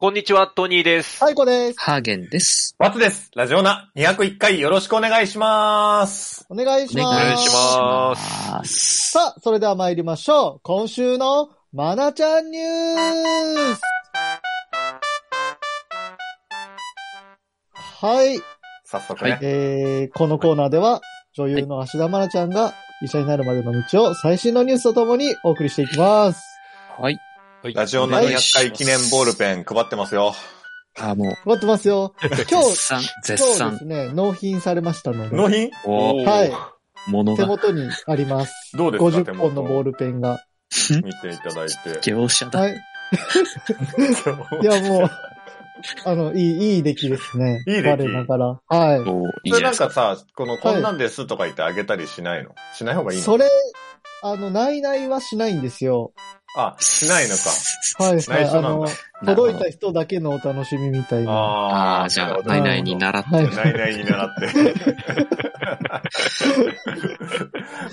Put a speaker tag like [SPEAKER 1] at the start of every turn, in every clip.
[SPEAKER 1] こんにちは、トニーです。
[SPEAKER 2] 最高です。
[SPEAKER 3] ハーゲンです。
[SPEAKER 4] ワツです。ラジオナ201回よろしくお願いします。
[SPEAKER 2] お願いします。
[SPEAKER 1] お願いします
[SPEAKER 3] す。
[SPEAKER 2] さあ、それでは参りましょう。今週のまなちゃんニュースはい。
[SPEAKER 4] 早速ね。
[SPEAKER 2] えー、このコーナーでは、女優の芦田愛菜ちゃんが医者になるまでの道を最新のニュースとともにお送りしていきます。
[SPEAKER 3] はい。
[SPEAKER 4] ラジオナ
[SPEAKER 2] お
[SPEAKER 4] 200
[SPEAKER 3] 願いします
[SPEAKER 4] 回記念ボールペン配ってますよ。
[SPEAKER 3] あ、もう、
[SPEAKER 2] 待ってますよ。今
[SPEAKER 3] 絶
[SPEAKER 2] 日、
[SPEAKER 3] 賛、
[SPEAKER 2] 今
[SPEAKER 3] 絶
[SPEAKER 2] 日で
[SPEAKER 3] 賛。
[SPEAKER 2] すね、納品されましたので、
[SPEAKER 4] 納品
[SPEAKER 3] お
[SPEAKER 1] おー
[SPEAKER 2] はい。
[SPEAKER 3] もの
[SPEAKER 2] 手
[SPEAKER 3] が、
[SPEAKER 2] 元にあります。
[SPEAKER 4] どうですか手
[SPEAKER 2] 50
[SPEAKER 4] 元
[SPEAKER 2] 本のボールペンが。
[SPEAKER 4] 見ていただいて。
[SPEAKER 3] 業者だ。
[SPEAKER 2] はい。いや、もう、あの、いい、いい出来ですね。
[SPEAKER 4] いい出来
[SPEAKER 2] 我ながら。は
[SPEAKER 3] おーいい
[SPEAKER 4] そ
[SPEAKER 3] じゃなで
[SPEAKER 4] れないん
[SPEAKER 3] すか。
[SPEAKER 4] かさ、この、こんなんですとか言ってあげたりしないのしない方がい
[SPEAKER 2] い。
[SPEAKER 4] いの
[SPEAKER 2] それ、あの、ないないはしないんですよ。
[SPEAKER 4] あ、しないのか。
[SPEAKER 2] はい、はい。
[SPEAKER 4] 内緒
[SPEAKER 2] あ
[SPEAKER 4] なん
[SPEAKER 2] の
[SPEAKER 4] だ、
[SPEAKER 2] 届い
[SPEAKER 3] な
[SPEAKER 2] た
[SPEAKER 3] る
[SPEAKER 2] 人だけのお楽しみみたいな。
[SPEAKER 3] ほど。ああー、じ
[SPEAKER 4] な
[SPEAKER 3] ゃ
[SPEAKER 4] る
[SPEAKER 3] あ、
[SPEAKER 4] ほど
[SPEAKER 3] ナイナイに習っ
[SPEAKER 2] は
[SPEAKER 3] て
[SPEAKER 2] い
[SPEAKER 3] る。
[SPEAKER 4] ないないに習って。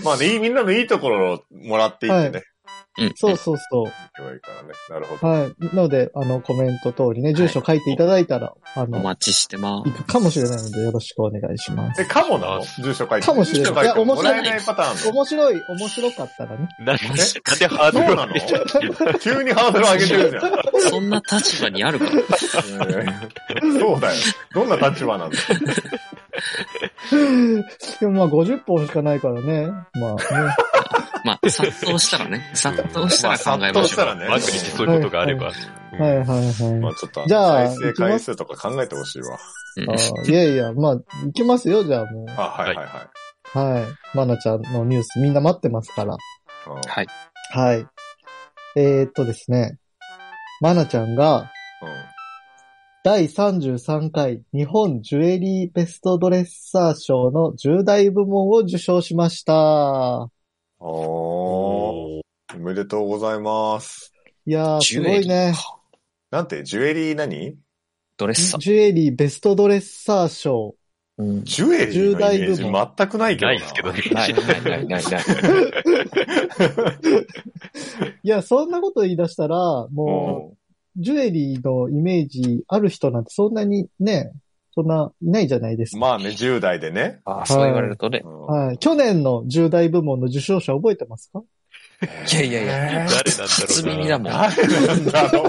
[SPEAKER 4] まあね、いいみんなのいいところをもらっていってね。
[SPEAKER 3] うん
[SPEAKER 2] そうそうそ
[SPEAKER 4] いけばいいからね。なるほ
[SPEAKER 2] う。
[SPEAKER 4] ど。
[SPEAKER 2] はい。なので、あの、コメント通りね、住所書いていただいたら、あ
[SPEAKER 3] お
[SPEAKER 2] の、
[SPEAKER 3] 待ちしてま
[SPEAKER 2] 行くかもしれないので、よろしくお願いします。
[SPEAKER 4] え、かもなの住所書いて。
[SPEAKER 2] かもしれない
[SPEAKER 4] 住所書て
[SPEAKER 2] いや面
[SPEAKER 4] も
[SPEAKER 2] 白い
[SPEAKER 4] らえないパターンあんの
[SPEAKER 2] 面白い、面白かったらね。
[SPEAKER 1] なんで、
[SPEAKER 3] す。
[SPEAKER 1] なんでハードル上げちゃってる
[SPEAKER 4] 急にハードル上げてるじゃん。
[SPEAKER 3] そんな立場にある か
[SPEAKER 4] そうだよ。どんな立場なんだ
[SPEAKER 2] でもまあ、50本しかないからね。まあね。
[SPEAKER 3] まあ、殺到したらね。殺到したら考えましょう。
[SPEAKER 4] ま
[SPEAKER 1] マ
[SPEAKER 4] あ
[SPEAKER 1] ック
[SPEAKER 4] 殺
[SPEAKER 1] に
[SPEAKER 4] 到した
[SPEAKER 1] そういうことがあれば。
[SPEAKER 2] は
[SPEAKER 4] ら
[SPEAKER 2] い
[SPEAKER 4] ね。
[SPEAKER 2] はい
[SPEAKER 4] ま
[SPEAKER 2] は
[SPEAKER 4] あちょっと、
[SPEAKER 2] じゃあ
[SPEAKER 4] 再生回数とか考えてほしいわ。
[SPEAKER 3] うん
[SPEAKER 2] い。あいやいや、まあ、行きますよ、じゃあもう。
[SPEAKER 4] あ、はいはいはい。
[SPEAKER 2] はい。まなちゃんのニュースみんな待ってますから。
[SPEAKER 4] うん
[SPEAKER 3] はい。
[SPEAKER 2] はい。えー、っとですね。まなちゃんが第33回日本ジュエリーベストドレッサー賞の10代部門を受賞しました。
[SPEAKER 4] うんおー。おめでとうございます。
[SPEAKER 2] いやー、
[SPEAKER 3] ジ
[SPEAKER 2] す
[SPEAKER 3] ュ
[SPEAKER 2] ご
[SPEAKER 3] エ
[SPEAKER 2] い
[SPEAKER 3] リー
[SPEAKER 2] ね。
[SPEAKER 3] か。
[SPEAKER 4] なんて、ジュエリー何
[SPEAKER 3] ドレッサー。
[SPEAKER 2] ジュエリーベストドレッサー賞。
[SPEAKER 3] うん。
[SPEAKER 4] ジュエリーのイメージ
[SPEAKER 2] 重大部
[SPEAKER 4] 全くないけど。
[SPEAKER 1] ないですけどね。。
[SPEAKER 3] ない、ない、ない、ない、ない。
[SPEAKER 2] いや、そんなこと言い出したら、も
[SPEAKER 4] う
[SPEAKER 2] う、ジュエリーのイメージある人なんてそんなにね、そんないないじゃないです
[SPEAKER 4] ん
[SPEAKER 2] か。
[SPEAKER 4] まあね、10代でね。
[SPEAKER 3] ああ、そう言われるとね。
[SPEAKER 4] うん
[SPEAKER 2] はい。去年の10代部門の受賞者覚えてますか
[SPEAKER 3] いやいやいや。
[SPEAKER 4] えー
[SPEAKER 1] 誰なんだろうな。
[SPEAKER 3] 初耳だもん。
[SPEAKER 4] 誰なん だろう。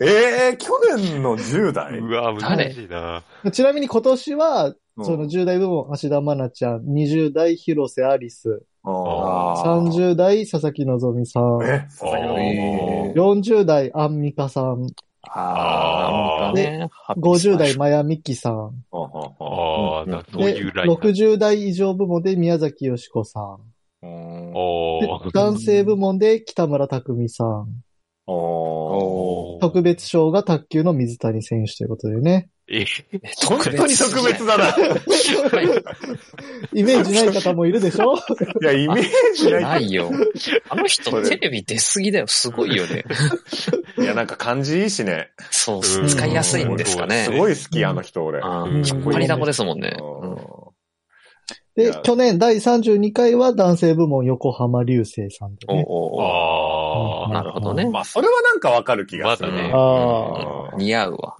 [SPEAKER 4] えー、去年の10代
[SPEAKER 1] うわ、難しいな。
[SPEAKER 2] ちなみに今年は、その
[SPEAKER 4] うん
[SPEAKER 2] 10代部門、芦田愛菜ちゃん、20代広瀬アリス、
[SPEAKER 4] あー
[SPEAKER 2] 30代佐々木希さん、
[SPEAKER 4] え、
[SPEAKER 3] え
[SPEAKER 2] 40代アンミカさん、
[SPEAKER 3] ああ、ね。
[SPEAKER 2] 50代マヤミキさん、
[SPEAKER 4] あは
[SPEAKER 1] あ
[SPEAKER 4] は
[SPEAKER 1] あー、なそう
[SPEAKER 2] で
[SPEAKER 1] いうライン。
[SPEAKER 2] 60代以上部門で宮崎よしこさん、
[SPEAKER 4] う
[SPEAKER 2] で
[SPEAKER 4] ん
[SPEAKER 1] おー
[SPEAKER 2] 男性部門で北村匠海さん、
[SPEAKER 4] おー
[SPEAKER 2] 特別賞が卓球の水谷選手ということでね。
[SPEAKER 1] え、
[SPEAKER 4] 本当に特別だな。
[SPEAKER 2] イメージない方もいるでしょ
[SPEAKER 4] いや、イメージな。
[SPEAKER 3] ないいよ。あの人テレビ出すぎだよ。すごいよね。
[SPEAKER 4] いや、なんか感じいいしね。
[SPEAKER 3] そう、
[SPEAKER 1] うん
[SPEAKER 3] 使いやすいんですかね
[SPEAKER 4] す。ごい好き、あの人、俺。
[SPEAKER 3] ああ
[SPEAKER 1] うん
[SPEAKER 3] 引っ張りだこですもんね。うん
[SPEAKER 4] い
[SPEAKER 2] で
[SPEAKER 4] や、
[SPEAKER 2] 去年第32回は男性部門横浜流星さんで
[SPEAKER 3] おう
[SPEAKER 2] ね。
[SPEAKER 3] おう
[SPEAKER 1] あ
[SPEAKER 3] おう
[SPEAKER 1] あ、
[SPEAKER 3] なるほどね。
[SPEAKER 4] まあ、それはなんかわかる気がする。
[SPEAKER 1] まだね
[SPEAKER 2] あ
[SPEAKER 4] うん
[SPEAKER 3] 似合うわ。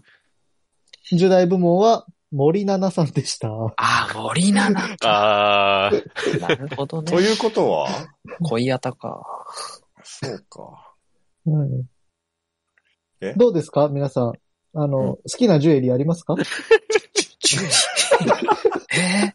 [SPEAKER 2] 10代部門は森七菜さんでした。
[SPEAKER 3] ああ、森七菜か。
[SPEAKER 1] あー
[SPEAKER 3] なるほど
[SPEAKER 4] と
[SPEAKER 3] ね。
[SPEAKER 4] いうことは、
[SPEAKER 3] 恋あたか。
[SPEAKER 4] そうか。
[SPEAKER 2] うん
[SPEAKER 4] え
[SPEAKER 2] どうですか皆さん。あの、
[SPEAKER 3] うん
[SPEAKER 2] 好きなジュエリーありますか
[SPEAKER 3] ジュエリーえ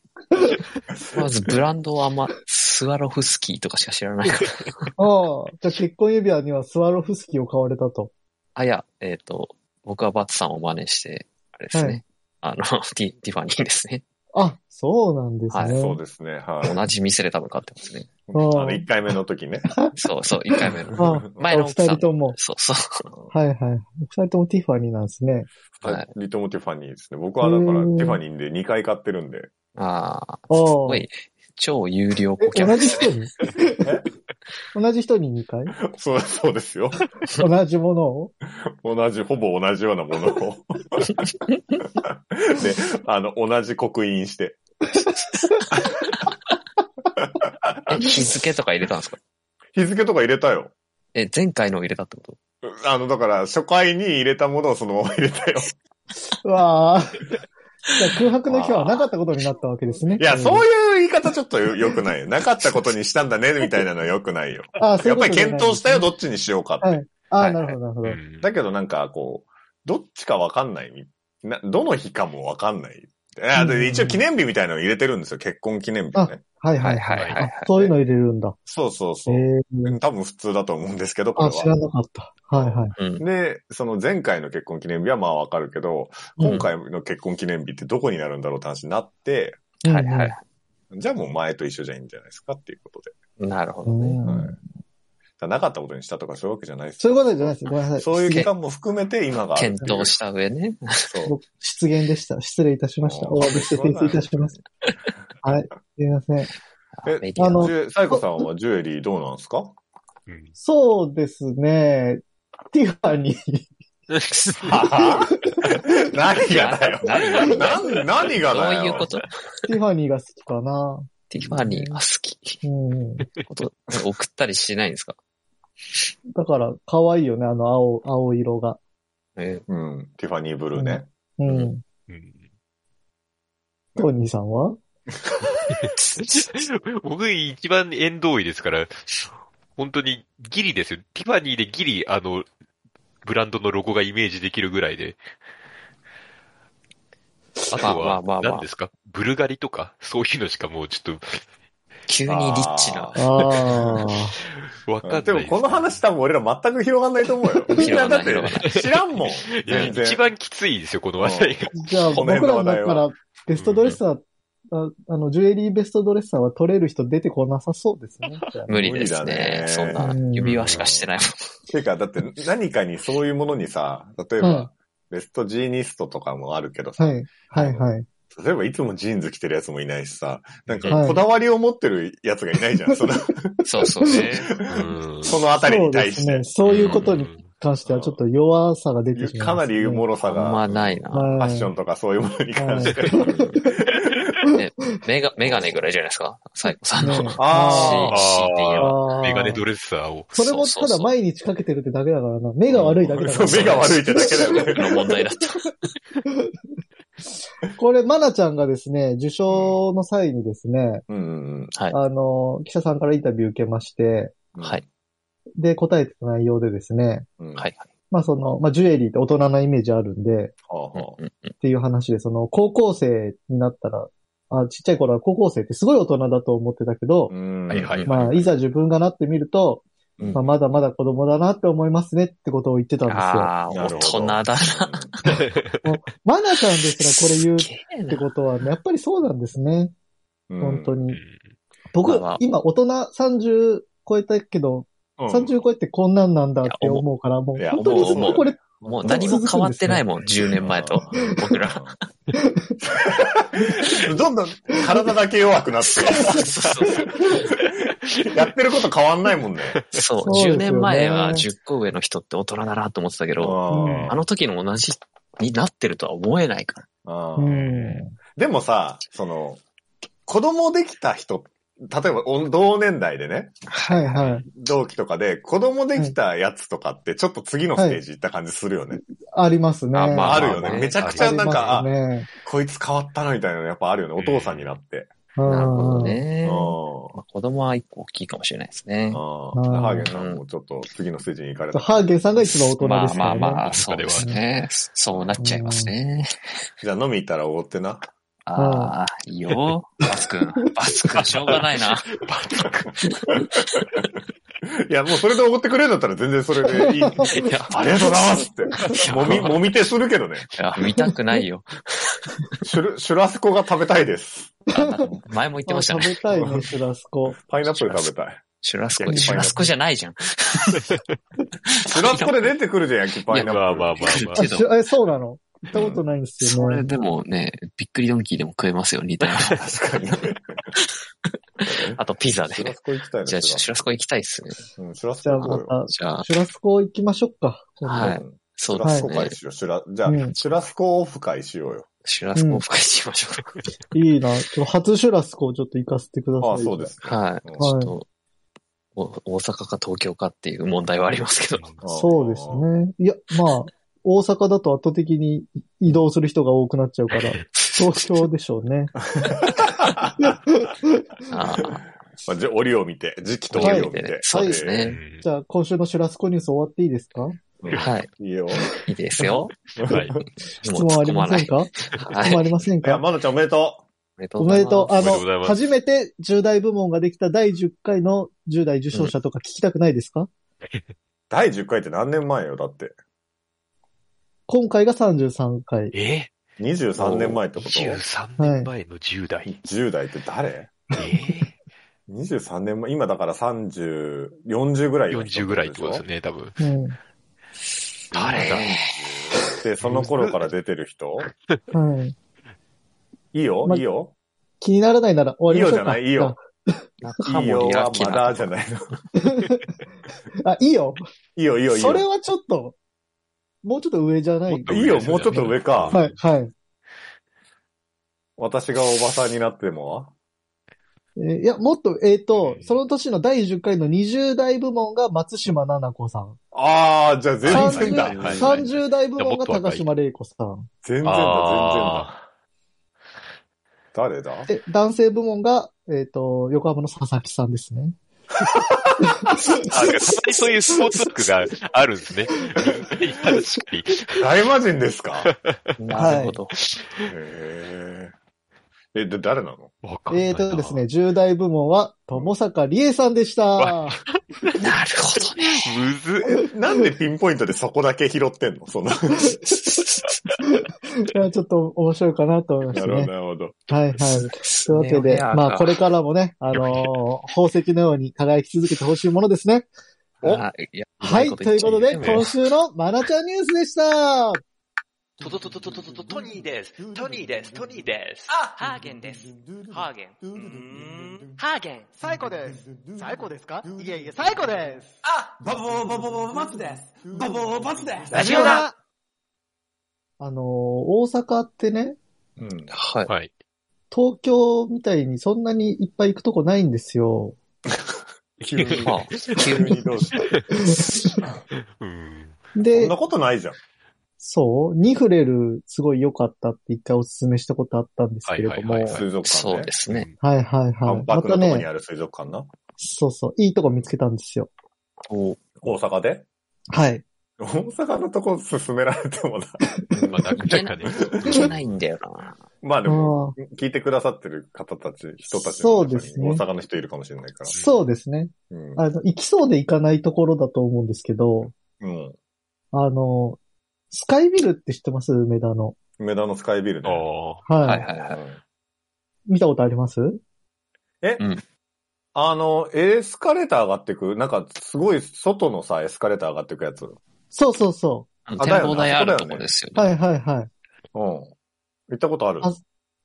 [SPEAKER 3] ーまずブランドはあんま、スワロフスキーとかしか知らないから。
[SPEAKER 2] ああ。じゃあ結婚指輪にはスワロフスキーを買われたと。
[SPEAKER 3] あ、いや、えっ、と、僕はバツさんを真似して、あれですね。あの、 ティ、ティファニーですね。
[SPEAKER 2] あ、そうなんですね。
[SPEAKER 4] そうですね。はい。
[SPEAKER 3] 同じ店で多分買ってますね。
[SPEAKER 4] あ
[SPEAKER 2] ん
[SPEAKER 4] の、1回目の時ね。
[SPEAKER 3] そうそう、1回目 の。
[SPEAKER 2] あ
[SPEAKER 3] 前の
[SPEAKER 2] お
[SPEAKER 3] 奥
[SPEAKER 2] 二
[SPEAKER 3] さ
[SPEAKER 2] 人
[SPEAKER 3] んの。
[SPEAKER 2] とも。
[SPEAKER 3] そうそう。
[SPEAKER 2] はいはい。お二人ともティファニーなんですね。
[SPEAKER 3] はい
[SPEAKER 4] リトモティファニーですね。僕はだから、
[SPEAKER 2] うん
[SPEAKER 4] ティファニーで2回買ってるんで。
[SPEAKER 3] ああ、す
[SPEAKER 2] おー
[SPEAKER 3] ごい、超有料顧
[SPEAKER 2] え、
[SPEAKER 3] 客
[SPEAKER 2] 同
[SPEAKER 3] で
[SPEAKER 2] じ
[SPEAKER 3] すね。
[SPEAKER 2] 人に同じ人に2回
[SPEAKER 4] そう、そうですよ。
[SPEAKER 2] 同じものを
[SPEAKER 4] 同じ、ほぼ同じようなもの を。で、あの、同じ刻印して。
[SPEAKER 3] え日付とか入れたんですか
[SPEAKER 4] 日付とか入れたよ。
[SPEAKER 3] え、前回のを入れたってこと
[SPEAKER 4] あの、だから、初回に入れたものをそのまま入れたよ。
[SPEAKER 2] うわあ。じゃあ空白の日はなかったことになったわけですね。
[SPEAKER 4] いや、そう
[SPEAKER 2] いう。
[SPEAKER 4] いう言い方ちょっとよ良くないよ。なかったことにしたんだね、みたいなのは良くないよ。
[SPEAKER 2] あそうい
[SPEAKER 4] や
[SPEAKER 2] う
[SPEAKER 4] っ
[SPEAKER 2] こ
[SPEAKER 4] ぱ
[SPEAKER 2] と
[SPEAKER 4] り
[SPEAKER 2] じゃない
[SPEAKER 4] 検討したよ、どっちにしようかって。
[SPEAKER 2] はい。あ
[SPEAKER 4] は
[SPEAKER 2] あ、
[SPEAKER 4] い
[SPEAKER 2] なるほど、なるほど。
[SPEAKER 1] うん
[SPEAKER 4] だけどなんか、こう、どっちかわかんない。などの日かもわかんない。いや
[SPEAKER 2] うん
[SPEAKER 4] で一応記念日みたいなの入れてるんですよ。結婚記念日ね。
[SPEAKER 2] はい
[SPEAKER 3] は
[SPEAKER 2] はいい
[SPEAKER 3] は
[SPEAKER 2] はいい。
[SPEAKER 3] はいは
[SPEAKER 2] あ
[SPEAKER 3] い。
[SPEAKER 2] そういうの入れるんだ。
[SPEAKER 4] そうそうそ
[SPEAKER 2] え
[SPEAKER 4] う。
[SPEAKER 2] え。
[SPEAKER 4] 多分普通だと思うんですけど、こ
[SPEAKER 2] あ、
[SPEAKER 4] れ
[SPEAKER 2] 知ら
[SPEAKER 4] は。
[SPEAKER 2] なかった。はいはい。
[SPEAKER 3] うん。
[SPEAKER 4] で、その前回の結婚記念日はまあわかるけど、今回の結婚記念日ってどこになるんだろうって話になって、
[SPEAKER 2] うん
[SPEAKER 3] はいはい。。
[SPEAKER 4] じゃあもう前と一緒じゃいいんじゃないですかっていうことで。
[SPEAKER 3] なるほ
[SPEAKER 2] う
[SPEAKER 3] どね。
[SPEAKER 2] ん
[SPEAKER 4] はいだからなかったことにしたとかそういうわけじゃないです
[SPEAKER 2] そういうことじゃないです。ごめんなさい。
[SPEAKER 4] そういう期間も含めて今がある。
[SPEAKER 3] 検討した上ね。
[SPEAKER 4] そう。
[SPEAKER 2] 僕失言でした。失礼いたしました。
[SPEAKER 4] おー
[SPEAKER 2] お詫びして訂正いたします。はい。すいません。
[SPEAKER 4] え
[SPEAKER 3] メディア
[SPEAKER 2] あの
[SPEAKER 4] ジュサイコさんはジュエリーどうなんですか
[SPEAKER 1] うん
[SPEAKER 2] そうですね。ティファニー。
[SPEAKER 4] 何がだよ。
[SPEAKER 3] 何
[SPEAKER 4] 何
[SPEAKER 3] 何
[SPEAKER 4] 何が
[SPEAKER 3] どう
[SPEAKER 4] だよ。
[SPEAKER 3] いうこと
[SPEAKER 2] ティファニーが好きかな。
[SPEAKER 3] ティファニーが好き。
[SPEAKER 2] うん。
[SPEAKER 3] こと送ったりしてないんですか
[SPEAKER 2] だから、可愛いよね、あの青、青色が。
[SPEAKER 3] え
[SPEAKER 4] うん。ティファニーブルーね。
[SPEAKER 2] う。
[SPEAKER 3] うん
[SPEAKER 1] うん
[SPEAKER 2] トニーさんは
[SPEAKER 1] 僕一番縁遠いですから、本当にギリですよ。ティファニーでギリ、あの、ブランドのロゴがイメージできるぐらいで。あと
[SPEAKER 3] まあまあまあ
[SPEAKER 1] は、
[SPEAKER 3] まあ
[SPEAKER 1] 何ですかブルガリとかそういうのしかもうちょっ
[SPEAKER 3] 急にリッチな
[SPEAKER 4] あ。
[SPEAKER 2] ああ。
[SPEAKER 1] とわかんない
[SPEAKER 4] でもこの話多分俺ら全く広がんないと思うよ。みんなだっ
[SPEAKER 3] 広がんない広がん
[SPEAKER 4] て知らんもん。
[SPEAKER 1] いや、
[SPEAKER 4] 全然
[SPEAKER 1] 一番きついですよ、この話題が。
[SPEAKER 2] じゃあ、僕
[SPEAKER 4] こ
[SPEAKER 2] ら
[SPEAKER 4] の辺の話
[SPEAKER 2] だか
[SPEAKER 4] 題は
[SPEAKER 2] ら、ベストドレッサー、ああの、ジュエリーベストドレッサーは取れる人出てこなさそうですね。じゃあ
[SPEAKER 3] 無理です
[SPEAKER 4] 無理だ
[SPEAKER 3] ね
[SPEAKER 4] ね。
[SPEAKER 3] そんな指輪しかしてないもん。
[SPEAKER 4] ていうか、だって何かにそういうものにさ、例
[SPEAKER 2] う
[SPEAKER 4] え
[SPEAKER 2] ん
[SPEAKER 4] ば、ベストジーニストとかもあるけどさ、
[SPEAKER 2] はい、はい、はい。
[SPEAKER 4] 例えばいつもジーンズ着てるやつもいないしさ、なん
[SPEAKER 2] は
[SPEAKER 4] か
[SPEAKER 2] い
[SPEAKER 4] こだわりを持ってるやつがいないじゃ ん、その、
[SPEAKER 3] そうそうそう。
[SPEAKER 1] ねうん
[SPEAKER 4] そのあたり
[SPEAKER 2] そ
[SPEAKER 4] に
[SPEAKER 2] うで
[SPEAKER 4] 対
[SPEAKER 2] す
[SPEAKER 4] して
[SPEAKER 2] ね。。そういうことに関してはちょっと弱さが出てしまい
[SPEAKER 4] か
[SPEAKER 2] ま
[SPEAKER 4] な
[SPEAKER 2] すね、
[SPEAKER 4] り脆さ
[SPEAKER 3] あん
[SPEAKER 4] が、
[SPEAKER 3] まない な。
[SPEAKER 4] フ
[SPEAKER 2] は
[SPEAKER 4] ァ
[SPEAKER 2] い
[SPEAKER 4] ッションとかそういうものに関して。
[SPEAKER 3] ねメガ、メガネぐらいじゃないですか最後さんの。
[SPEAKER 2] ね
[SPEAKER 4] あ
[SPEAKER 1] ー
[SPEAKER 3] し強いて言えば。
[SPEAKER 2] あー
[SPEAKER 1] メガネドレッサーを。
[SPEAKER 2] それも
[SPEAKER 3] そう
[SPEAKER 2] た
[SPEAKER 3] そう
[SPEAKER 2] だ
[SPEAKER 3] そう
[SPEAKER 2] 毎日かけてるってだけだからな。目が悪いだけだか
[SPEAKER 4] そう目が悪いってだけだよね。
[SPEAKER 3] の問題だった。
[SPEAKER 2] ら。これ、まなちゃんがですね、受賞の際にですね、
[SPEAKER 4] うんうん
[SPEAKER 3] はい。
[SPEAKER 2] あの、記者さんからインタビュー受けまして、
[SPEAKER 4] うん。
[SPEAKER 3] はい。
[SPEAKER 2] で、答えてた内容でですね、
[SPEAKER 4] うん。
[SPEAKER 3] はい。
[SPEAKER 2] まあその、まあジュエリーって大人なイメージあるんで、
[SPEAKER 4] はあは
[SPEAKER 3] うん
[SPEAKER 2] っていう話で、その、高校生になったら、あちっちゃい頃は高校生ってすごい大人だと思ってたけど
[SPEAKER 4] あう、ん
[SPEAKER 1] はいはい
[SPEAKER 2] まあ、いざ自分がなってみると、
[SPEAKER 4] うん
[SPEAKER 2] まあ、まだまだ子供だなって思いますねってことを言ってたんですよ。
[SPEAKER 3] ああ、
[SPEAKER 4] な
[SPEAKER 3] 大
[SPEAKER 4] るほど
[SPEAKER 3] 人だな。
[SPEAKER 2] マナちゃんですらこれ言うっ
[SPEAKER 3] すげえ
[SPEAKER 2] て
[SPEAKER 3] な
[SPEAKER 2] ことは、やっぱりそうなんですね。
[SPEAKER 4] うん
[SPEAKER 2] 本当に。
[SPEAKER 3] ま
[SPEAKER 2] 僕
[SPEAKER 3] あまあ、
[SPEAKER 2] 今大人30超えたけど、
[SPEAKER 4] うん
[SPEAKER 2] 30超えてこんなんなんだって思うから、もう
[SPEAKER 4] いや
[SPEAKER 2] 本当にそ
[SPEAKER 3] 思う思う
[SPEAKER 2] これ、
[SPEAKER 3] もう何も変わってな いもん、10年前と。僕ら。
[SPEAKER 4] どんどん体だけ 弱くなっ
[SPEAKER 3] そうそうそう
[SPEAKER 4] て、やってること変わんないもんね。
[SPEAKER 3] そ
[SPEAKER 2] そ
[SPEAKER 3] う
[SPEAKER 2] うですよ
[SPEAKER 3] 10
[SPEAKER 2] ね
[SPEAKER 3] 年前は10個上の人って大人だなと思ってたけど、
[SPEAKER 2] ん
[SPEAKER 3] あの時の同じになってるとは思えないから。
[SPEAKER 4] あ
[SPEAKER 2] う
[SPEAKER 4] ー
[SPEAKER 2] ん。
[SPEAKER 4] でもさ、その、子供できた人、例えばお同年代でね、
[SPEAKER 2] はいはい。
[SPEAKER 4] 同期とかで子供できたやつとかってちょっと次のステージ行った感じするよね。
[SPEAKER 2] ありますね。
[SPEAKER 3] あま
[SPEAKER 4] あ
[SPEAKER 3] は
[SPEAKER 4] る
[SPEAKER 3] い
[SPEAKER 4] よ
[SPEAKER 3] まあまあ
[SPEAKER 4] ね。めちゃくちゃなんか、
[SPEAKER 2] あ
[SPEAKER 4] あ
[SPEAKER 2] りますね。
[SPEAKER 4] こいつ変わったなみたいなのやっぱあるよね。お父さんになって。
[SPEAKER 3] なるほど
[SPEAKER 4] うん
[SPEAKER 3] ね。まあ、子供は一個大きいかもしれないですね。
[SPEAKER 4] うんハーゲンさんもちょっと次のステージに行かれ
[SPEAKER 2] うん。
[SPEAKER 4] た。
[SPEAKER 2] ハーゲンさんが一番大人ですから
[SPEAKER 3] まあ
[SPEAKER 2] ね。
[SPEAKER 3] まあま あ、そうですね。そうなっちゃいますね。
[SPEAKER 4] じゃあ飲み行ったらおごってな。
[SPEAKER 3] ああ、いいよ。バツくん。バツくん、しょうがないな。
[SPEAKER 4] いや、もうそれでおごってくれるんだったら全然それでいい。
[SPEAKER 3] いや、
[SPEAKER 4] ありがとうございますって。もみ、もみ手するけどね。
[SPEAKER 3] いや見たくないよ。
[SPEAKER 4] シュル、シュラスコが食べたいです。
[SPEAKER 3] あなんか前も言ってました
[SPEAKER 2] あ
[SPEAKER 3] ね。
[SPEAKER 2] 食べたいね、シュラスコ。
[SPEAKER 4] パイナップル食べたい。
[SPEAKER 3] シュラス
[SPEAKER 4] い
[SPEAKER 3] コ、
[SPEAKER 4] や
[SPEAKER 3] シュラスコじゃないじゃん。
[SPEAKER 4] シュラスコで出てくるじゃん、焼きパイナップル。
[SPEAKER 1] まあまあまあま
[SPEAKER 2] あ
[SPEAKER 3] けど
[SPEAKER 2] しゅえ、そうなの行ったことないんです
[SPEAKER 3] そ
[SPEAKER 2] よ
[SPEAKER 3] れ
[SPEAKER 2] ね。
[SPEAKER 3] でもね、びっくりドンキーでも食えますよ、似たような。
[SPEAKER 4] 確か に。
[SPEAKER 3] あとピザ
[SPEAKER 4] シュラ
[SPEAKER 3] で。
[SPEAKER 4] スコ行きたいな。
[SPEAKER 3] じゃあ、シュラスコ行きたいっすね。
[SPEAKER 4] コ。うん、シュラス
[SPEAKER 2] じゃ
[SPEAKER 4] コ
[SPEAKER 2] あ
[SPEAKER 4] 行こう
[SPEAKER 2] ま
[SPEAKER 4] よ。
[SPEAKER 2] た、
[SPEAKER 3] じゃあ、
[SPEAKER 2] シュラスコ行きましょうか。
[SPEAKER 3] はい
[SPEAKER 4] うん
[SPEAKER 3] そ
[SPEAKER 4] シュ
[SPEAKER 3] う
[SPEAKER 4] ラ
[SPEAKER 3] で
[SPEAKER 4] ス
[SPEAKER 3] す
[SPEAKER 4] コ
[SPEAKER 3] ね
[SPEAKER 4] 会。しよう。シュラ、じゃあ、
[SPEAKER 2] うん
[SPEAKER 4] シュラスコオフ会しようよ。
[SPEAKER 3] シュラスコオフ会しましょう。
[SPEAKER 2] いいな。ちょっと初シュラスコをちょっと行かせてください。
[SPEAKER 4] ああ、そうです。
[SPEAKER 3] はい。
[SPEAKER 4] うん
[SPEAKER 3] ちょっと、お大阪か東京かっていう問題はありますけど。
[SPEAKER 2] そうです。ね。いや、まあ、大阪だと圧倒的に移動する人が多くなっちゃう から、東京でしょうね。
[SPEAKER 3] ああ、
[SPEAKER 4] まあ、じゃ折を見て、時期と折を見て。
[SPEAKER 3] そうです
[SPEAKER 1] う
[SPEAKER 3] ね。
[SPEAKER 1] ん
[SPEAKER 2] じゃあ、今週のシュラスコニュース終わっていいですか
[SPEAKER 4] うん
[SPEAKER 3] はい。
[SPEAKER 4] いいよ。
[SPEAKER 3] いいですよ。
[SPEAKER 1] はい。
[SPEAKER 2] 質問ありません
[SPEAKER 3] か
[SPEAKER 2] か、
[SPEAKER 3] は
[SPEAKER 2] 質
[SPEAKER 3] い。
[SPEAKER 2] 問ありません
[SPEAKER 4] いや、
[SPEAKER 2] か
[SPEAKER 4] まなちゃんおめでとう。
[SPEAKER 2] おめでとう。あ
[SPEAKER 3] あ
[SPEAKER 1] おめでとうござい
[SPEAKER 2] の、
[SPEAKER 1] ます
[SPEAKER 2] 初めて10代部門ができた第10回の10代受賞者とか聞きたくないですか、
[SPEAKER 4] 第10回って何年前よだって。
[SPEAKER 2] 今回が33回。
[SPEAKER 1] え
[SPEAKER 4] 23年前ってこと
[SPEAKER 1] ?23 年前の10代。
[SPEAKER 4] ?10 代って誰
[SPEAKER 1] えー
[SPEAKER 4] ?23 年前、今だから30、40ぐらいの人
[SPEAKER 1] 40ぐらいってことですよね、多分。
[SPEAKER 2] うん。
[SPEAKER 1] 誰だ
[SPEAKER 4] で、その頃から出てる人
[SPEAKER 2] はい。
[SPEAKER 4] いいよ、
[SPEAKER 2] ま
[SPEAKER 4] いいよ。
[SPEAKER 2] 気にならないなら
[SPEAKER 4] いい
[SPEAKER 2] 終わ
[SPEAKER 4] よ
[SPEAKER 2] りま
[SPEAKER 4] じ
[SPEAKER 2] しょ
[SPEAKER 4] ゃ
[SPEAKER 2] うか。
[SPEAKER 4] な
[SPEAKER 3] 中
[SPEAKER 4] い、いいよ。いいよ
[SPEAKER 3] 森明
[SPEAKER 4] はまだ
[SPEAKER 3] 菜
[SPEAKER 4] じゃないの。
[SPEAKER 2] じゃあ。あ、いいよ。
[SPEAKER 4] いいよ、いいよ、いい
[SPEAKER 2] それ
[SPEAKER 4] よ。
[SPEAKER 2] はちょっと、もうちょっと上じゃない。
[SPEAKER 1] もっと
[SPEAKER 4] いいよ、もうちょっと上か。
[SPEAKER 2] はい、はい。
[SPEAKER 4] 私がおばさんになっても
[SPEAKER 2] えーいや、もっと、えっ、と、その年の第10回の20代部門が松島菜々子さん。
[SPEAKER 4] ああ、じゃあ全然だ。
[SPEAKER 1] はいはいはい
[SPEAKER 2] 30代部門が高島玲子さん。
[SPEAKER 4] 全然だ、
[SPEAKER 1] あ
[SPEAKER 4] 全然だ。誰だ
[SPEAKER 2] で、男性部門が、えっ、と、横浜の佐々木さんですね。
[SPEAKER 1] ーあ、なんかたまにそういうスポーツ枠があるんですね。確かに。
[SPEAKER 4] 大魔人で すか
[SPEAKER 3] なるほど。
[SPEAKER 4] へえ。え、で、誰なの
[SPEAKER 1] わかんないな。
[SPEAKER 2] えっ、とですね、10代部門は、友坂理恵さんでした。
[SPEAKER 3] なるほどね。
[SPEAKER 1] むずっ。
[SPEAKER 4] えなんでピンポイントでそこだけ拾ってんのその。
[SPEAKER 2] いや、ちょっと面白いかなと思いまし
[SPEAKER 4] な
[SPEAKER 2] た
[SPEAKER 4] るほど、
[SPEAKER 2] ね。
[SPEAKER 4] なるほど。
[SPEAKER 2] はいはい。というわけで、まあこれからもね、あのー宝石のように輝き続けてほしいものですね。
[SPEAKER 4] お
[SPEAKER 3] あいや
[SPEAKER 2] はい、ということで、
[SPEAKER 3] も
[SPEAKER 2] 今週のマナちゃんニュースでした。
[SPEAKER 5] トトトトトトトトトニーです。トニーです。トニーです。
[SPEAKER 6] あハーゲンです。ハーゲン。うーんハーゲン。
[SPEAKER 7] 最高です。最高ですかいえいえ、最高です。
[SPEAKER 6] あバボーバボーバボーバツです。バボーバツです。
[SPEAKER 7] ラジオだ
[SPEAKER 2] あのー大阪ってね、
[SPEAKER 4] うん。
[SPEAKER 3] はい。
[SPEAKER 1] はい。
[SPEAKER 2] 東京みたいにそんなにいっぱい行くとこないんですよ。
[SPEAKER 4] 急に。
[SPEAKER 3] まあ、
[SPEAKER 4] 急にどうした
[SPEAKER 1] うん。
[SPEAKER 4] そ
[SPEAKER 2] で
[SPEAKER 4] んな、ことないじゃん。
[SPEAKER 2] そう、ニフレルすごい良かったって一回お勧めしたことあったんですけれども、
[SPEAKER 1] は
[SPEAKER 2] は
[SPEAKER 1] は
[SPEAKER 2] いい
[SPEAKER 1] い
[SPEAKER 2] は
[SPEAKER 1] はい
[SPEAKER 4] 水族館ね。
[SPEAKER 3] そうですね。
[SPEAKER 2] はいはい。
[SPEAKER 4] 万
[SPEAKER 2] また
[SPEAKER 4] 博のとこに
[SPEAKER 2] ね、
[SPEAKER 4] ある水族館な。
[SPEAKER 2] そうそう、いいとこ見つけたんですよ。
[SPEAKER 3] お
[SPEAKER 4] 大阪で
[SPEAKER 2] はい。
[SPEAKER 4] 大阪のとこ勧められてもな。
[SPEAKER 1] まあ、なかなかね。
[SPEAKER 3] いけないんだよな。
[SPEAKER 4] まあでも、
[SPEAKER 2] あー
[SPEAKER 4] 聞いてくださってる方たち、人たち
[SPEAKER 2] そ
[SPEAKER 4] の
[SPEAKER 2] う
[SPEAKER 4] 中
[SPEAKER 2] で
[SPEAKER 4] に
[SPEAKER 2] すね
[SPEAKER 4] 大阪の人いるかもしれないから。
[SPEAKER 2] そうですね。
[SPEAKER 4] うん。
[SPEAKER 2] あの、行きそうで行かないところだと思うんですけど、
[SPEAKER 4] うん。
[SPEAKER 2] あの、スカイビルって知ってます梅田の。
[SPEAKER 4] 梅田のスカイビル
[SPEAKER 1] あ
[SPEAKER 4] ね。
[SPEAKER 1] あ。
[SPEAKER 2] はい。
[SPEAKER 3] はいはいはい。
[SPEAKER 2] 見たことあります
[SPEAKER 4] あの、エスカレーター上がってく、なんかすごい外のさ、エスカレーター上がってくやつ。うん。
[SPEAKER 2] そうそうそ
[SPEAKER 3] あの
[SPEAKER 4] あだよね
[SPEAKER 3] 展望台あるとこですよ
[SPEAKER 2] う。
[SPEAKER 3] ね。
[SPEAKER 2] はいはいはい。
[SPEAKER 4] 行ったことある
[SPEAKER 2] あ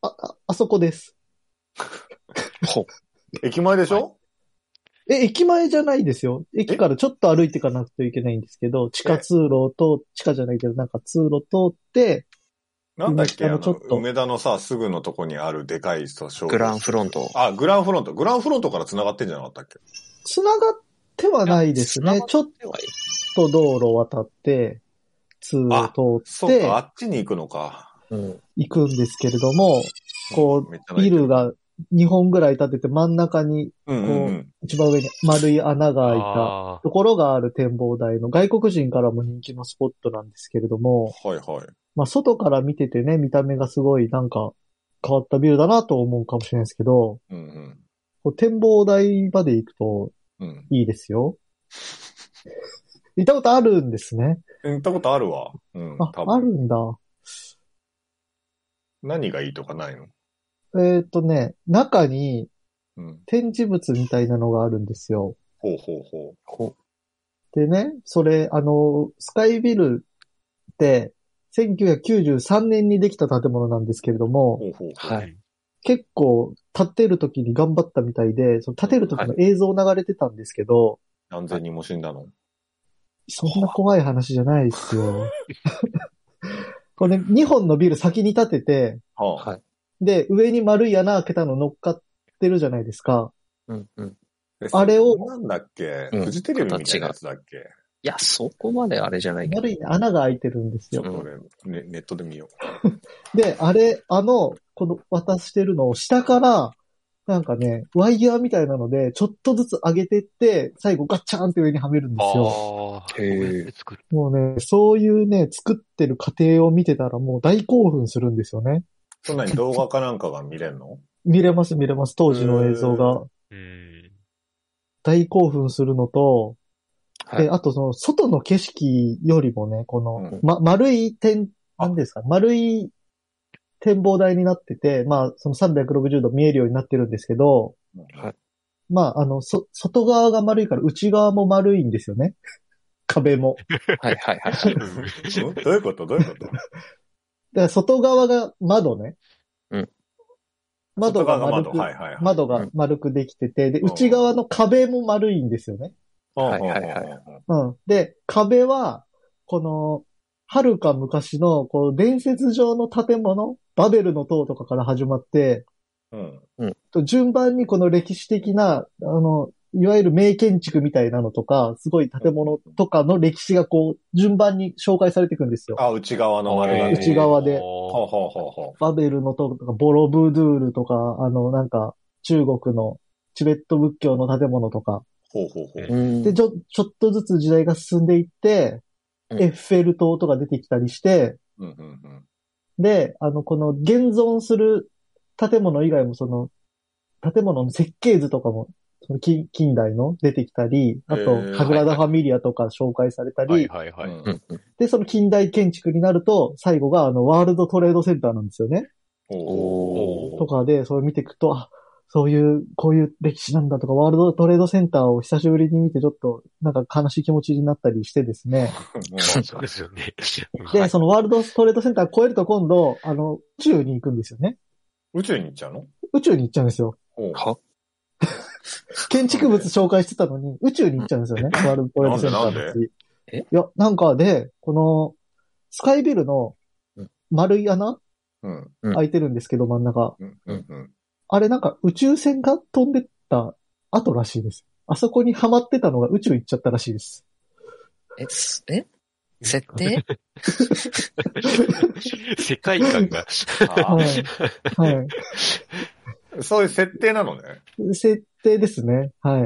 [SPEAKER 2] あ、あ、あそこです。
[SPEAKER 4] 駅前でしょ
[SPEAKER 2] え、駅前じゃないですよ。駅からちょっと歩いていかなくてはいけないんですけど、地下通路を通、地下じゃないけど、なんか通路通って、
[SPEAKER 4] なんだっけ
[SPEAKER 2] あ
[SPEAKER 4] あ
[SPEAKER 2] の
[SPEAKER 4] の
[SPEAKER 2] ちょっと
[SPEAKER 4] 梅田のさ、すぐのとこにあるでかい人、商
[SPEAKER 3] グランフロント。
[SPEAKER 4] あ、グランフロント。グランフロントから繋がってんじゃなかったっけ
[SPEAKER 2] 繋がってはないです
[SPEAKER 3] い
[SPEAKER 2] ね
[SPEAKER 3] や。
[SPEAKER 2] ちょっと道路を渡って、通路通
[SPEAKER 4] そ
[SPEAKER 2] っ
[SPEAKER 4] う
[SPEAKER 2] て
[SPEAKER 4] か、あっちに行くのか。
[SPEAKER 3] うん。
[SPEAKER 2] 行くんですけれども、こ
[SPEAKER 4] めっちゃ
[SPEAKER 2] う、
[SPEAKER 4] 泣
[SPEAKER 2] ビ
[SPEAKER 4] いてる
[SPEAKER 2] ル、が2本ぐらい建てて真ん中に、
[SPEAKER 4] うんうんうん、
[SPEAKER 2] 一番上に丸い穴が開いた
[SPEAKER 1] あ。
[SPEAKER 2] ところがある展望台の外国人からも人気のスポットなんですけれども、
[SPEAKER 4] はいはい。
[SPEAKER 2] まあ、外から見ててね、見た目がすごいなんか変わったビルだなと思うかもしれないですけど、
[SPEAKER 4] うんうん
[SPEAKER 2] こう展望台まで行くと
[SPEAKER 4] うん。
[SPEAKER 2] いいですよ。行ったことあるんですね。
[SPEAKER 4] 行ったことあるわ。うん。
[SPEAKER 2] あ、
[SPEAKER 4] 多分
[SPEAKER 2] あるんだ。
[SPEAKER 4] 何がいいとかないの
[SPEAKER 2] えっ、とね、中に
[SPEAKER 4] うん。
[SPEAKER 2] 展示物みたいなのがあるんですよ。
[SPEAKER 4] ほうほうほ
[SPEAKER 2] でね、それ、あの、スカイビルって、1993年にできた建物なんですけれど
[SPEAKER 4] う。
[SPEAKER 2] も、
[SPEAKER 4] ほうほうほう。
[SPEAKER 3] はい
[SPEAKER 2] 結構建てる時に頑張ったみたいで、その建てる時の映像流れてたんですけど、
[SPEAKER 4] 何千人も死んだの
[SPEAKER 2] そんな怖い話じゃないです よ。これ、ね、2本のビル先に立てて、
[SPEAKER 4] はあ。
[SPEAKER 3] はい
[SPEAKER 2] で、上に丸い穴開けたの乗っかってるじゃないですか。
[SPEAKER 3] うんうん。
[SPEAKER 4] え
[SPEAKER 2] あれを
[SPEAKER 4] なんだっけ、
[SPEAKER 3] うん
[SPEAKER 4] フジテレビみたいなやつだっけ
[SPEAKER 3] いや、そこまであれじゃないけど
[SPEAKER 2] 丸。いね穴が開いてるんです
[SPEAKER 4] ちょ
[SPEAKER 2] よ
[SPEAKER 4] っ。と俺、ね、ネットで見よ
[SPEAKER 2] で、あれ、あの、この渡してるのを下から、なんかね、ワイヤーみたいなので、ちょっとずつ上げてって、最後ガッチャーンって上にはめるんですよ。
[SPEAKER 1] ああ。
[SPEAKER 3] へえ
[SPEAKER 1] こうやって作る。
[SPEAKER 2] もうね、そういうね、作ってる過程を見てたらもう大興奮するんですよね。
[SPEAKER 4] う。そんなに動画かなんかが見れんの
[SPEAKER 2] 見れます見れます、当時の映像が。
[SPEAKER 1] うん。
[SPEAKER 2] 大興奮するのと、
[SPEAKER 3] はい
[SPEAKER 2] で、あとその、外の景色よりもね、この、
[SPEAKER 4] うん
[SPEAKER 2] ま、丸い点、
[SPEAKER 4] あ
[SPEAKER 2] なんですか、丸い展望台になってて、まあ、その360度見えるようになってるんですけど、
[SPEAKER 3] はい
[SPEAKER 2] まあ、あの、そ、外側が丸いから内側も丸いんですよね。 壁も。
[SPEAKER 3] はいはいはい。
[SPEAKER 4] うんどういうことどういうこと
[SPEAKER 2] だから外側が窓ね。
[SPEAKER 3] うん
[SPEAKER 2] 窓が
[SPEAKER 4] 外側が
[SPEAKER 2] 丸
[SPEAKER 4] 窓
[SPEAKER 2] く、
[SPEAKER 4] はいはいはい
[SPEAKER 2] 窓が丸くできてて、で、
[SPEAKER 4] うん
[SPEAKER 2] 内側の壁も丸いんですよね。
[SPEAKER 3] はいはいはい
[SPEAKER 2] うん。で、壁は、この、遥か昔の、こう、伝説上の建物、バベルの塔とかから始まって、
[SPEAKER 4] うんうん。
[SPEAKER 2] と順番にこの歴史的な、あの、いわゆる名建築みたいなのとか、すごい建物とかの歴史がこう、順番に紹介されていくんですよ。
[SPEAKER 4] あ、内側の丸がね。
[SPEAKER 2] 内側で
[SPEAKER 1] あー
[SPEAKER 4] ほうほうほうほ
[SPEAKER 2] バベルの塔とか、ボロブドゥールとか、あの、なんか、中国のチベット仏教の建物とか、
[SPEAKER 4] う。ほうほうほう。
[SPEAKER 3] う ん
[SPEAKER 2] で、ちょ、ちょっとずつ時代が進んでいって、
[SPEAKER 3] うん
[SPEAKER 2] エッフェル塔とか出てきたりして、
[SPEAKER 4] うんうんうん。
[SPEAKER 2] で、あの、この現存する建物以外もその、建物の設計図とかも、その近近代の出てきたり、あ
[SPEAKER 4] へ
[SPEAKER 2] と、
[SPEAKER 4] ー
[SPEAKER 2] サグラダ・ファミリアとか紹介されたり、
[SPEAKER 1] はいはいはい。
[SPEAKER 4] うん
[SPEAKER 3] うんうん
[SPEAKER 2] で、その近代建築になると、最後があの、ワールドトレードセンターなんですよね。
[SPEAKER 4] ほう
[SPEAKER 3] お
[SPEAKER 4] ほう
[SPEAKER 2] とかで、それ見ていくと、あ、そういう、こういう歴史なんだとか、ワールドトレードセンターを久しぶりに見て、ちょっと、なんか悲しい気持ちになったりしてですね。
[SPEAKER 1] まあそうですよね。
[SPEAKER 2] で、
[SPEAKER 1] はい
[SPEAKER 2] そのワールドトレードセンターを超えると今度、あの、宇宙に行くんですよね。
[SPEAKER 4] 宇宙に行っちゃうの
[SPEAKER 2] 宇宙に行っちゃうんですよ。
[SPEAKER 4] ほう
[SPEAKER 3] は
[SPEAKER 2] 建築物紹介してたのに、宇宙に行っちゃうんですよね。ワールドトレードセンターの
[SPEAKER 4] なんでな
[SPEAKER 2] 時。
[SPEAKER 3] で
[SPEAKER 2] いや、なんかで、この、スカイビルの
[SPEAKER 3] うん
[SPEAKER 2] 丸い穴
[SPEAKER 4] うん。
[SPEAKER 3] うん
[SPEAKER 2] 開いてるんですけど、真ん中。
[SPEAKER 4] うんうんうん。
[SPEAKER 2] あれなんか宇宙船が飛んでった後らしいです。あそこにハマってたのが宇宙行っちゃったらしいです。
[SPEAKER 3] え、すえ設 定
[SPEAKER 1] 世界観が。
[SPEAKER 4] あ
[SPEAKER 2] はい。は
[SPEAKER 4] ーそういう設定 なのね。
[SPEAKER 2] い。設定ですね。はい。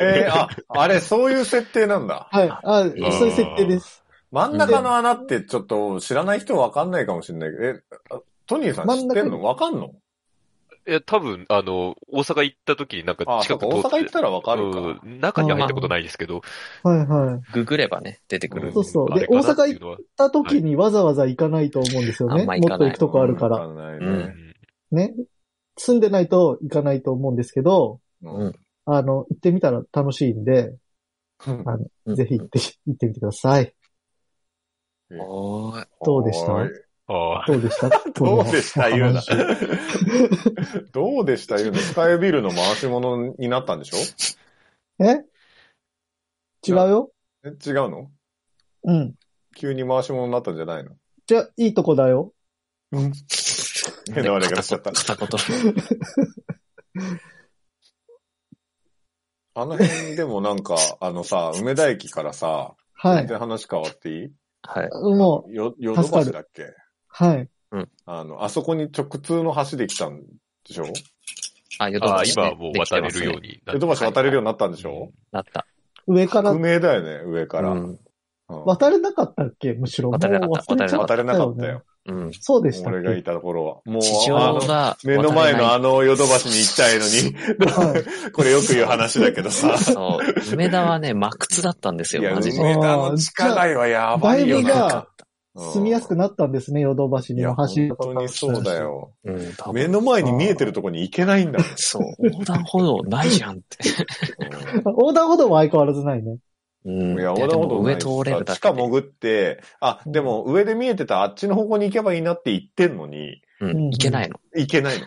[SPEAKER 4] えー、あ、あれ、そういう設定なんだ。
[SPEAKER 2] はい。あ、そういう設定です。
[SPEAKER 4] 真ん中の穴ってちょっと知らない人わかんないかもしれないけど、え、あトニーさん知ってん
[SPEAKER 2] 真ん中
[SPEAKER 4] のわかんの
[SPEAKER 1] いや、多分、あの、大阪行った時になんか
[SPEAKER 4] あ、
[SPEAKER 1] 近
[SPEAKER 4] そう
[SPEAKER 1] く
[SPEAKER 4] か、
[SPEAKER 1] 通
[SPEAKER 4] 大
[SPEAKER 1] って
[SPEAKER 4] 阪行ったらわかるか。
[SPEAKER 1] うん中には入ったことないですけど。
[SPEAKER 2] はいはい。
[SPEAKER 3] ググればね、出てくる。
[SPEAKER 2] そうそうで
[SPEAKER 1] あれかなっていうのは
[SPEAKER 2] 行った時にわざわざ行かないと思うんですよ
[SPEAKER 3] あ
[SPEAKER 2] ね。
[SPEAKER 3] んま
[SPEAKER 2] もっ
[SPEAKER 3] 行かな
[SPEAKER 2] と行
[SPEAKER 3] い
[SPEAKER 2] くとこあるから。
[SPEAKER 4] うんわかんない
[SPEAKER 1] うん
[SPEAKER 4] ね。
[SPEAKER 2] ね、住んでないと行かないと思うんですけど、
[SPEAKER 4] うん
[SPEAKER 3] うん
[SPEAKER 2] あの、行ってみたら楽しいんで、あの
[SPEAKER 3] うん
[SPEAKER 2] ぜひ行って、行ってみてください。
[SPEAKER 3] おーい
[SPEAKER 2] どうでした
[SPEAKER 4] はーい
[SPEAKER 1] ああ。
[SPEAKER 2] どうでした
[SPEAKER 4] どうでした言うな
[SPEAKER 2] この話。
[SPEAKER 4] どうでした言うのスカイビルの回し物になったんでしょ
[SPEAKER 2] え違うよ
[SPEAKER 4] え違うの
[SPEAKER 2] うん。
[SPEAKER 4] 急に回し物になったんじゃないの
[SPEAKER 2] じゃあ、いいとこだよ。
[SPEAKER 4] 変な笑い方しちゃった。
[SPEAKER 3] 片言。
[SPEAKER 4] あの辺でもなんか、あのさ、梅田駅からさ、
[SPEAKER 2] は
[SPEAKER 4] 全
[SPEAKER 2] い。
[SPEAKER 4] 然話変わっていい
[SPEAKER 3] はい。
[SPEAKER 2] もう、
[SPEAKER 4] よ、ヨドバシだっけ
[SPEAKER 2] はい。
[SPEAKER 4] あの、あそこに直通の橋できたんでしょ
[SPEAKER 3] あ、ヨド
[SPEAKER 1] あ
[SPEAKER 3] バ
[SPEAKER 1] あ、
[SPEAKER 3] シ、
[SPEAKER 1] 今
[SPEAKER 3] ね。
[SPEAKER 1] はもう渡れるよう
[SPEAKER 3] に。
[SPEAKER 1] にな
[SPEAKER 4] ヨドバシ渡れるようになったんでしょ
[SPEAKER 3] なった。
[SPEAKER 2] 上から
[SPEAKER 4] 不明だよね、上から。
[SPEAKER 3] うん。
[SPEAKER 4] うん
[SPEAKER 2] 渡れなかったっけむしろ。
[SPEAKER 3] 渡れなかった
[SPEAKER 2] もう忘れちゃ
[SPEAKER 4] 渡れなかったよ。。
[SPEAKER 3] うん。
[SPEAKER 2] そうでしたっ
[SPEAKER 4] 俺がい
[SPEAKER 2] け
[SPEAKER 4] たところは。もう、
[SPEAKER 3] 地上
[SPEAKER 4] あの、
[SPEAKER 3] が
[SPEAKER 4] 目の前のあ
[SPEAKER 3] の、
[SPEAKER 4] のヨドバシに行きたい の
[SPEAKER 2] は
[SPEAKER 4] に、これよく言う話だけど さ。
[SPEAKER 3] そう、梅田はね、真靴だったんです
[SPEAKER 4] い
[SPEAKER 3] よ、
[SPEAKER 4] や、
[SPEAKER 3] マジ
[SPEAKER 4] 梅
[SPEAKER 3] で。
[SPEAKER 4] 田の地下街はやばいよ
[SPEAKER 2] だいぶが
[SPEAKER 4] な。
[SPEAKER 2] 住みやすく
[SPEAKER 4] な
[SPEAKER 2] なったんですね、ヨドバシ
[SPEAKER 4] い
[SPEAKER 2] に
[SPEAKER 4] や、
[SPEAKER 2] も
[SPEAKER 4] 本
[SPEAKER 2] 走り
[SPEAKER 4] 当にそうだ。よ。
[SPEAKER 3] うん、多
[SPEAKER 4] 目
[SPEAKER 3] 分。
[SPEAKER 4] の前に見えてるとこに行けないんだもん。
[SPEAKER 3] そう、横断歩道ないじゃんって。
[SPEAKER 2] 横断歩道も相変わらずないね。
[SPEAKER 3] うん。
[SPEAKER 4] いや、横断歩道
[SPEAKER 3] い
[SPEAKER 4] な
[SPEAKER 3] や
[SPEAKER 4] い
[SPEAKER 3] で
[SPEAKER 4] し
[SPEAKER 3] も上通れるだけで。
[SPEAKER 4] 地下潜って、あ、でも上で見えてたあっちの方向に行けばいいなって言ってんのに、
[SPEAKER 3] うん、行けないの。
[SPEAKER 4] 行けないの。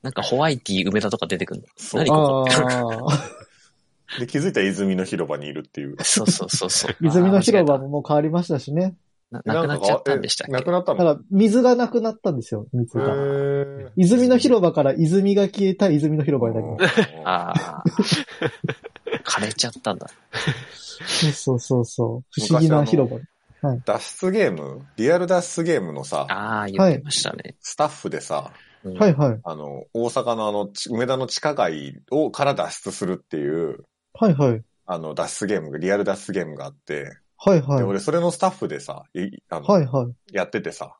[SPEAKER 3] なんかホワイティ梅田とか出てくるの。
[SPEAKER 4] そう
[SPEAKER 3] 何こ
[SPEAKER 2] ああ。
[SPEAKER 4] で、気づいたら泉の広場にいるっていう。
[SPEAKER 3] こそうそうそうそう。
[SPEAKER 2] 泉の広場
[SPEAKER 3] あー間違
[SPEAKER 2] ももう変わりましたしね。
[SPEAKER 3] な なくなっちゃったんでしたっ
[SPEAKER 4] な
[SPEAKER 3] け
[SPEAKER 4] くなった
[SPEAKER 2] だか
[SPEAKER 4] の
[SPEAKER 2] ら、水がなくなったんですよ、水
[SPEAKER 4] へ
[SPEAKER 2] が。
[SPEAKER 4] ー
[SPEAKER 2] 泉の広場から泉が消えた泉の広場になりま
[SPEAKER 4] あ
[SPEAKER 3] ああ。枯れちゃったんだ。
[SPEAKER 2] す。そうそうそう。不思議な広場。
[SPEAKER 4] 脱出ゲームリアル脱出ゲームのさ、
[SPEAKER 3] ああ、言ってましたね。
[SPEAKER 4] スタッフでさ、
[SPEAKER 3] うん
[SPEAKER 2] はいはい。
[SPEAKER 4] あの、大阪のあの、ち梅田の地下街を、から脱出するっていう、
[SPEAKER 2] はいはい。
[SPEAKER 4] あの、脱出ゲームが、リアル脱出ゲームがあって、
[SPEAKER 2] はいは
[SPEAKER 4] で、
[SPEAKER 2] い。
[SPEAKER 4] 俺それのスタッフでさ、いあの
[SPEAKER 2] はいは
[SPEAKER 4] やっててさ、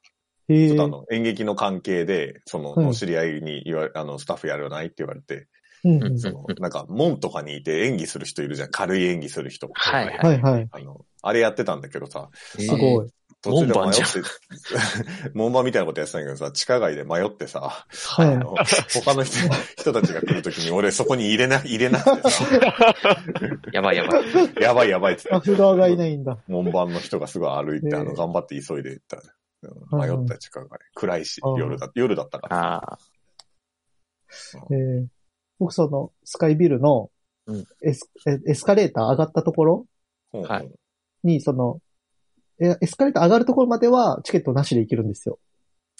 [SPEAKER 2] い。へ
[SPEAKER 4] ちょ
[SPEAKER 2] え
[SPEAKER 4] っとあ。の、演劇の関係で、その、
[SPEAKER 2] うん
[SPEAKER 4] お知り合いに言わあの、スタッフやらないって言われて、
[SPEAKER 2] うん
[SPEAKER 3] う
[SPEAKER 2] うんん
[SPEAKER 4] その、なんか、門とかにいて演技する人いるじゃん。軽い演技する人。
[SPEAKER 3] はいはい
[SPEAKER 2] はいはい。
[SPEAKER 4] あの、あれやってたんだけどさ、
[SPEAKER 3] す
[SPEAKER 2] すごい。
[SPEAKER 4] 途中で迷
[SPEAKER 3] 門
[SPEAKER 4] っ
[SPEAKER 3] 番
[SPEAKER 4] て
[SPEAKER 3] じ ゃん、
[SPEAKER 4] 門番みたいなことやってたんだけどさ、地下街で迷ってさ、
[SPEAKER 2] はい
[SPEAKER 4] あ。の他の人人たちが来るときに俺そこに入れな、入れなく てさ、
[SPEAKER 3] やばいやばい。
[SPEAKER 4] やばいやばいって
[SPEAKER 2] スタ
[SPEAKER 4] 言
[SPEAKER 2] ッ
[SPEAKER 4] って
[SPEAKER 2] フ側がいないんだ。
[SPEAKER 4] 門番の人がすごい歩いて、あの、
[SPEAKER 2] えー
[SPEAKER 4] 頑張って急いで行った。
[SPEAKER 2] は
[SPEAKER 4] 迷
[SPEAKER 2] いはい
[SPEAKER 4] った地下街。暗いし、
[SPEAKER 2] あー
[SPEAKER 4] 夜だ、夜だったから。
[SPEAKER 3] ああ。
[SPEAKER 2] えー僕その、スカイビルの
[SPEAKER 3] うん
[SPEAKER 2] エス、えエスカレーター上がったところ
[SPEAKER 4] うん
[SPEAKER 3] はい
[SPEAKER 2] に、その、えエスカレーター上がるところまではチケットなしで行けるんですよ。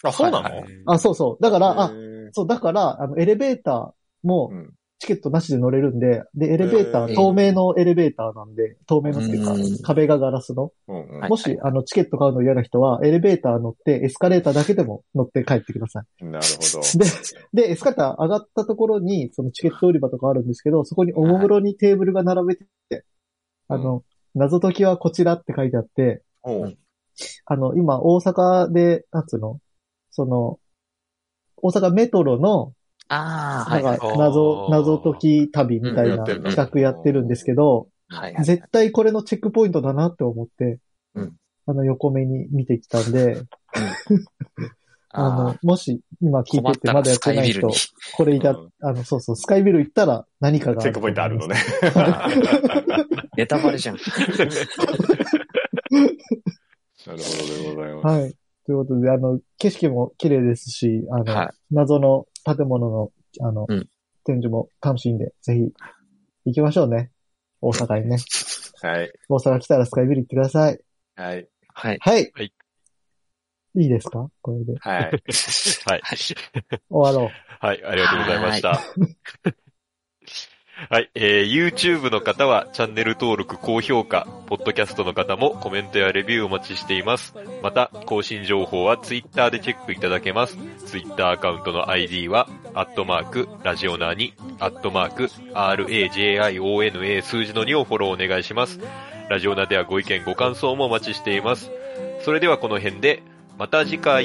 [SPEAKER 4] あ、そうな
[SPEAKER 3] は
[SPEAKER 4] の
[SPEAKER 2] あ、そうそう。だから、あ
[SPEAKER 4] へ、ー
[SPEAKER 2] そう、だから、あの、エレベーターも
[SPEAKER 4] うん
[SPEAKER 2] チケットなしで乗れるんで、で、エレベーター、
[SPEAKER 4] えー
[SPEAKER 2] 透明のエレベーターなんで、透明のっていうか
[SPEAKER 3] うん、
[SPEAKER 2] 壁がガラスの。
[SPEAKER 4] うんうん
[SPEAKER 3] はい
[SPEAKER 2] もし、あの、チケット買うの嫌な人は、エレベーター乗って、エスカレーターだけでも乗って帰ってください。
[SPEAKER 4] なるほど。
[SPEAKER 2] で、で、エスカレーター上がったところに、そのチケット売り場とかあるんですけど、そこにおもむろにテーブルが並べてて、あの、謎解きはこちらって書いてあって、
[SPEAKER 4] うん
[SPEAKER 2] あの、今、大阪で、なんつうのその、大阪メトロの、
[SPEAKER 3] ああ、
[SPEAKER 2] なん
[SPEAKER 3] はいはい。
[SPEAKER 2] か、謎、
[SPEAKER 1] あー
[SPEAKER 2] 謎解き旅みたいな
[SPEAKER 4] うん
[SPEAKER 2] 企画やってるんですけど、
[SPEAKER 3] はいはい
[SPEAKER 2] 絶対これのチェックポイントだなって思って、
[SPEAKER 3] うん
[SPEAKER 2] あの、横目に見てきたんで、あ
[SPEAKER 3] あ
[SPEAKER 2] の
[SPEAKER 3] ー、
[SPEAKER 2] もし、今聞い
[SPEAKER 3] 困
[SPEAKER 2] て
[SPEAKER 3] ってた
[SPEAKER 2] ま
[SPEAKER 3] ら
[SPEAKER 2] だやっ
[SPEAKER 3] スカ
[SPEAKER 2] て
[SPEAKER 3] イ
[SPEAKER 2] ない
[SPEAKER 3] ビル
[SPEAKER 2] 人
[SPEAKER 3] に。、
[SPEAKER 2] これいた、
[SPEAKER 4] うん
[SPEAKER 2] あの、そうそう、スカイビル行ったら何かが
[SPEAKER 4] チェックポイントあるの ね。
[SPEAKER 3] あーネタバレじゃん。
[SPEAKER 4] なるほどでございます。
[SPEAKER 2] はい。ということで、あの、景色も綺麗ですし、あの、
[SPEAKER 3] は
[SPEAKER 2] 謎の建物の、あの、
[SPEAKER 3] うん
[SPEAKER 2] 展示も楽しいんで、ぜひ、行きましょうね。大阪にね。
[SPEAKER 4] はい。
[SPEAKER 2] 大阪来たらスカイビル行ってください。
[SPEAKER 4] はい。
[SPEAKER 3] はい。
[SPEAKER 2] はい。
[SPEAKER 1] はい
[SPEAKER 2] いいですかこれで。
[SPEAKER 4] はい。
[SPEAKER 1] はい。
[SPEAKER 2] 終わろ
[SPEAKER 1] はい、ありがとうございました。はい、えー、YouTube の方はチャンネル登録、高評価、ポッドキャストの方もコメントやレビューお待ちしています。また、更新情報は Twitter でチェックいただけます。Twitter アカウントの ID は、アットマーク、ラジオナーに、アットマーク、RAJIONA 数字の2をフォローお願いします。ラジオナではご意見、ご感想もお待ちしています。それではこの辺で、また次回。